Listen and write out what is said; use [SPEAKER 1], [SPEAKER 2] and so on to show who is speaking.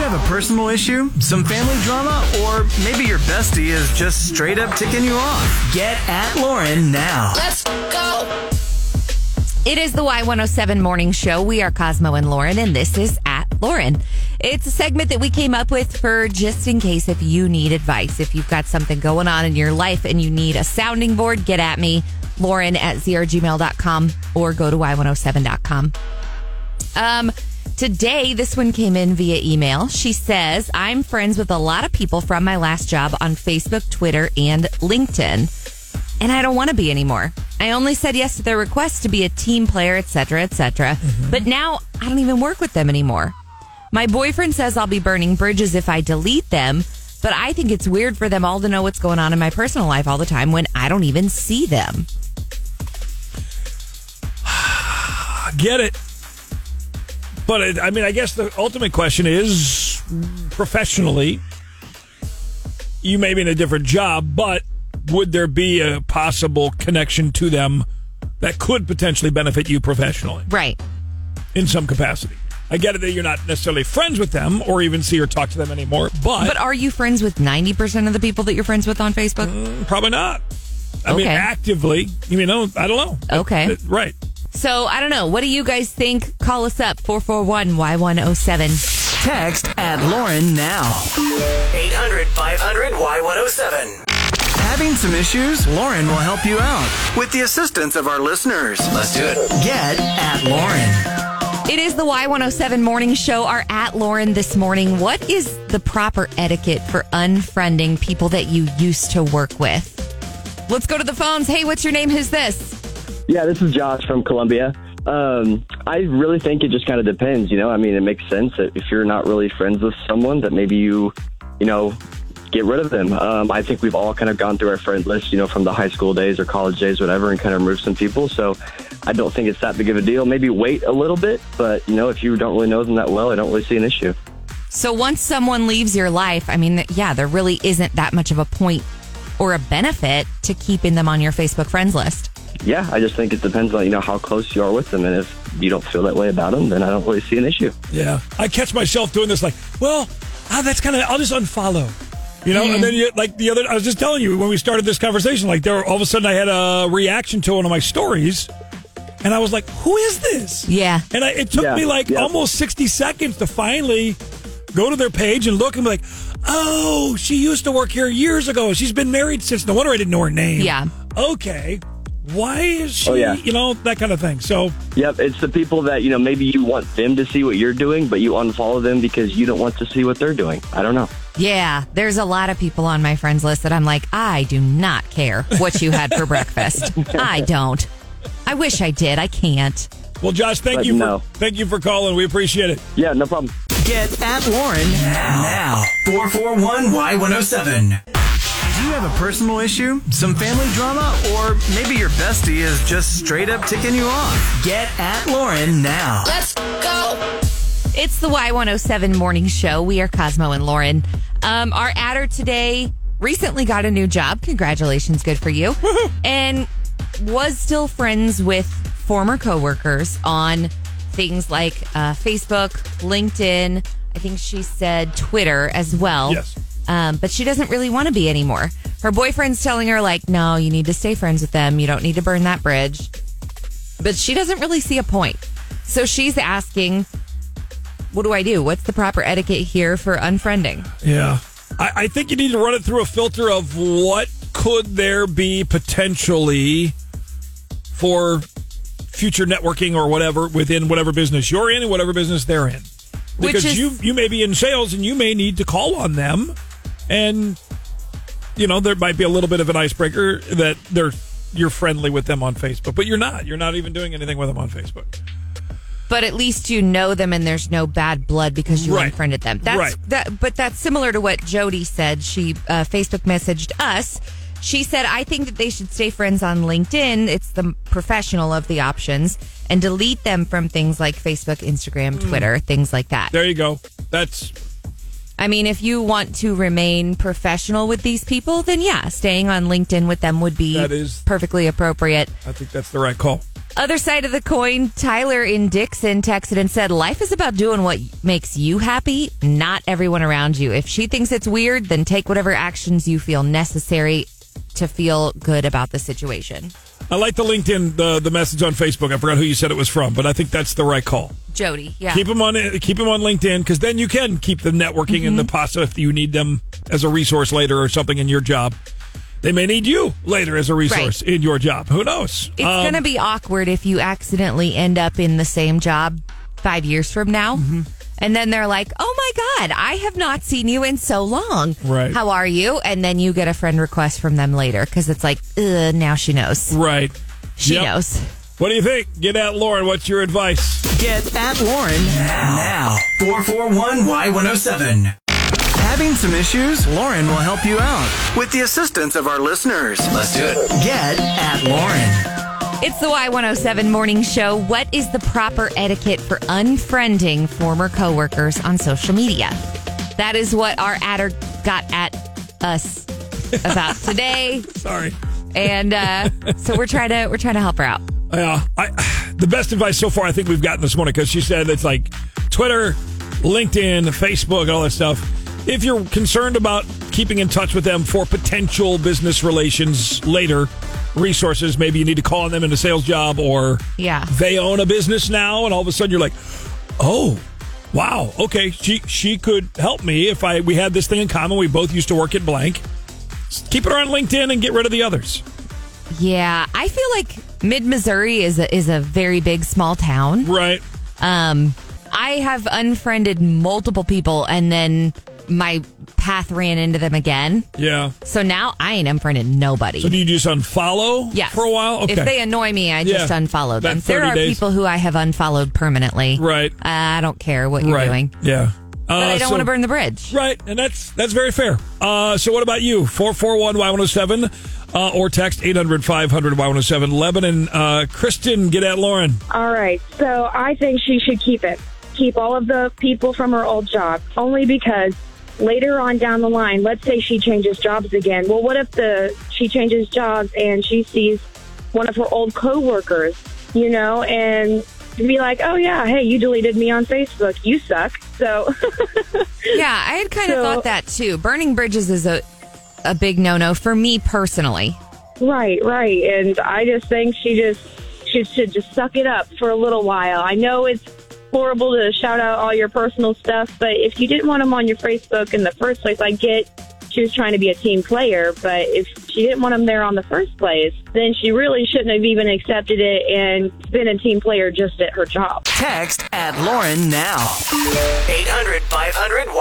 [SPEAKER 1] have a personal issue, some family drama, or maybe your bestie is just straight up ticking you off? Get at Lauren now.
[SPEAKER 2] Let's go.
[SPEAKER 3] It is the Y107 morning show. We are Cosmo and Lauren, and this is at Lauren. It's a segment that we came up with for just in case if you need advice. If you've got something going on in your life and you need a sounding board, get at me, Lauren at zrgmail.com or go to Y107.com. Um, today, this one came in via email. She says, I'm friends with a lot of people from my last job on Facebook, Twitter, and LinkedIn and I don't want to be anymore. I only said yes to their request to be a team player, etc., etc. But now I don't even work with them anymore. My boyfriend says I'll be burning bridges if I delete them, but I think it's weird for them all to know what's going on in my personal life all the time when I don't even see them.
[SPEAKER 4] I get it. But it, I mean, I guess the ultimate question is professionally, you may be in a different job, but would there be a possible connection to them that could potentially benefit you professionally
[SPEAKER 3] Right.
[SPEAKER 4] in some capacity? I get it that you're not necessarily friends with them or even see or talk to them anymore, but,
[SPEAKER 3] But are you friends with 90% of the people that you're friends with on
[SPEAKER 4] Mm-hmm.
[SPEAKER 3] Facebook?
[SPEAKER 4] uh, probably not. I mean,
[SPEAKER 3] Okay.
[SPEAKER 4] actively, you know, I don't know.
[SPEAKER 3] Okay.
[SPEAKER 4] Right.
[SPEAKER 3] So I don't know. What do you guys think? Call us up 441 Y107.
[SPEAKER 1] Text at Lauren now.
[SPEAKER 5] 800 500 Y107.
[SPEAKER 1] Having some issues? Lauren will help you out with the assistance of our listeners.
[SPEAKER 5] Let's do it.
[SPEAKER 1] Get at Lauren.
[SPEAKER 3] It is the Y107 morning show. Our at Lauren this morning. What is the proper etiquette for unfriending people that you used to work with? Let's go to the phones. Hey, what's your name? Who's this?
[SPEAKER 6] Yeah, this is Josh from Columbia. Um, I really think it just kind of depends, you know. I mean, it makes sense that if you're not really friends with someone, that maybe you, you know, get rid of them. Um, I think we've all kind of gone through our friend list, you know, from the high school days or college days, whatever, and kind of removed some people. So I don't think it's that big of a deal. Maybe wait a little bit, but you know, if you don't really know them that well, I don't really see an issue.
[SPEAKER 3] So once someone leaves your life, I mean, th- yeah, there really isn't that much of a point or a benefit to keeping them on your Facebook friends list.
[SPEAKER 6] Yeah, I just think it depends on you know how close you are with them, and if you don't feel that way about them, then I don't really see an issue.
[SPEAKER 4] Yeah. I catch myself doing this like, well, ah, that's kind of, I'll just unfollow. You know, and then you, like the other, I was just telling you when we started this conversation, like there, were- all of a sudden I had a reaction to one of my stories and I was like, who is this?
[SPEAKER 3] Yeah.
[SPEAKER 4] And I, it took
[SPEAKER 6] Yeah,
[SPEAKER 4] me like
[SPEAKER 6] yeah.
[SPEAKER 4] almost 60 seconds to finally go to their page and look and be like, oh, she used to work here years ago. She's been married since. No wonder I didn't know her name.
[SPEAKER 3] Yeah.
[SPEAKER 4] Okay. Why is she,
[SPEAKER 6] Oh, yeah.
[SPEAKER 4] you know, that kind of thing. So,
[SPEAKER 6] Yep, it's the people that, you know, maybe you want them to see what you're doing, but you unfollow them because you don't want to see what they're doing. I don't know.
[SPEAKER 3] Yeah, there's a lot of people on my friends list that I'm like, I do not care what you had for breakfast. I don't. I wish I did. I can't.
[SPEAKER 4] well, Josh, thank
[SPEAKER 6] But
[SPEAKER 4] you.
[SPEAKER 6] no.
[SPEAKER 4] For, thank you for calling. We appreciate it.
[SPEAKER 6] Yeah, no problem.
[SPEAKER 1] Get at Lauren now. 441 Y107. Do you have a personal issue, some family drama, or maybe your bestie is just straight up ticking you off? Get at Lauren now.
[SPEAKER 2] Let's go.
[SPEAKER 3] It's the Y107 morning show. We are Cosmo and Lauren. Um, our adder today recently got a new job. Congratulations. Good for you. and was still friends with former coworkers on things like uh, Facebook, LinkedIn. I think she said Twitter as well.
[SPEAKER 4] Yes.
[SPEAKER 3] Um, but she doesn't really want to be anymore. Her boyfriend's telling her, like, no, you need to stay friends with them. You don't need to burn that bridge. But she doesn't really see a point. So she's asking what do I do? What's the proper etiquette here for unfriending?
[SPEAKER 4] Yeah. I, I think you need to run it through a filter of what could there be potentially for future networking or whatever within whatever business you're in and whatever business they're in.
[SPEAKER 3] Which
[SPEAKER 4] Because
[SPEAKER 3] is-
[SPEAKER 4] you you may be in sales and you may need to call on them and you know, there might be a little bit of an icebreaker that they're you're friendly with them on Facebook, but you're not. You're not even doing anything with them on Facebook.
[SPEAKER 3] But at least you know them and there's no bad blood because you
[SPEAKER 4] Right.
[SPEAKER 3] unfriended them. That's
[SPEAKER 4] Right.
[SPEAKER 3] that but that's similar to what Jody said. She uh, Facebook messaged us. She said, I think that they should stay friends on LinkedIn. It's the professional of the options and delete them from things like Facebook, Instagram, Twitter, things like that.
[SPEAKER 4] Mm. There you go. That's
[SPEAKER 3] I mean, if you want to remain professional with these people, then yeah, staying on LinkedIn with them would be
[SPEAKER 4] That is-
[SPEAKER 3] perfectly appropriate.
[SPEAKER 4] I think that's the right call.
[SPEAKER 3] Other side of the coin, Tyler in Dixon texted and said, Life is about doing what makes you happy, not everyone around you. If she thinks it's weird, then take whatever actions you feel necessary to feel good about the situation.
[SPEAKER 4] I like the LinkedIn the the message on Facebook. I forgot who you said it was from, but I think that's the right call.
[SPEAKER 3] Jody, yeah.
[SPEAKER 4] Keep them on eh, keep them on LinkedIn because then you can keep the networking and the
[SPEAKER 3] Mm-hmm.
[SPEAKER 4] pasta if you need them as a resource later or something in your job. They may need you later as a resource in your job. Who knows?
[SPEAKER 3] It's going to be awkward if you accidentally end up in the same job five years from now.
[SPEAKER 4] Mm-hmm.
[SPEAKER 3] And then they're like, oh my God, I have not seen you in so long.
[SPEAKER 4] Right.
[SPEAKER 3] How are you? And then you get a friend request from them later because it's like, Ugh, now she knows.
[SPEAKER 4] right.
[SPEAKER 3] She
[SPEAKER 4] Yep.
[SPEAKER 3] knows.
[SPEAKER 4] What do you think? Get at Lauren. What's your advice?
[SPEAKER 1] Get at Lauren now.
[SPEAKER 5] 441Y107.
[SPEAKER 1] Having some issues? Lauren will help you out with the assistance of our listeners.
[SPEAKER 5] Let's do it.
[SPEAKER 1] Get at Lauren.
[SPEAKER 3] It's the Y107 morning show. What is the proper etiquette for unfriending former coworkers on social media? That is what our adder got at us about today.
[SPEAKER 4] Sorry.
[SPEAKER 3] And uh, so we're trying to we're trying to help her out.
[SPEAKER 4] Yeah, I, the best advice so far I think we've gotten this morning because she said it's like Twitter, LinkedIn, Facebook, and all that stuff. If you're concerned about keeping in touch with them for potential business relations later, resources, maybe you need to call on them in a sales job or
[SPEAKER 3] Yeah.
[SPEAKER 4] they own a business now, and all of a sudden you're like, oh. Wow. Okay. She she could help me if I we had this thing in common. We both used to work at blank. Keep her on LinkedIn and get rid of the others.
[SPEAKER 3] Yeah, I feel like Mid Missouri is a, is a very big small town.
[SPEAKER 4] Right.
[SPEAKER 3] Um, I have unfriended multiple people, and then my path ran into them again.
[SPEAKER 4] Yeah.
[SPEAKER 3] So now I ain't unfriended nobody.
[SPEAKER 4] So do you just unfollow
[SPEAKER 3] Yes.
[SPEAKER 4] for a while? Okay.
[SPEAKER 3] If they annoy me, I just
[SPEAKER 4] Yeah.
[SPEAKER 3] unfollow them.
[SPEAKER 4] About
[SPEAKER 3] There
[SPEAKER 4] 30
[SPEAKER 3] are
[SPEAKER 4] days.
[SPEAKER 3] people who I have unfollowed permanently.
[SPEAKER 4] Right.
[SPEAKER 3] I don't care what you're
[SPEAKER 4] right.
[SPEAKER 3] doing.
[SPEAKER 4] Yeah.
[SPEAKER 3] But I
[SPEAKER 4] Uh,
[SPEAKER 3] don't
[SPEAKER 4] so-
[SPEAKER 3] want to burn the bridge.
[SPEAKER 4] Right, and that's that's very fair. Uh, so what about you? 441-Y107 uh, or text 800-500-Y107. Lebanon, uh, Kristen, get at Lauren.
[SPEAKER 7] All right. So I think she should keep it. Keep all of the people from her old job, only because later on down the line, let's say she changes jobs again. Well, what if the she changes jobs and she sees one of her old coworkers, you know, and be like, "Oh yeah, hey, you deleted me on Facebook. You suck." So
[SPEAKER 3] Yeah, I had kind of
[SPEAKER 7] So-
[SPEAKER 3] thought that too. Burning bridges is a a big no no for me personally.
[SPEAKER 7] Right, right. And I just think she just she should just suck it up for a little while. I know it's horrible to shout out all your personal stuff, but if you didn't want them on your Facebook in the first place, I get she was trying to be a team player, but if she didn't want them there on the first place, then she really shouldn't have even accepted it and been a team player just at her job.
[SPEAKER 1] Text at Lauren now.
[SPEAKER 5] 800 500 Y107.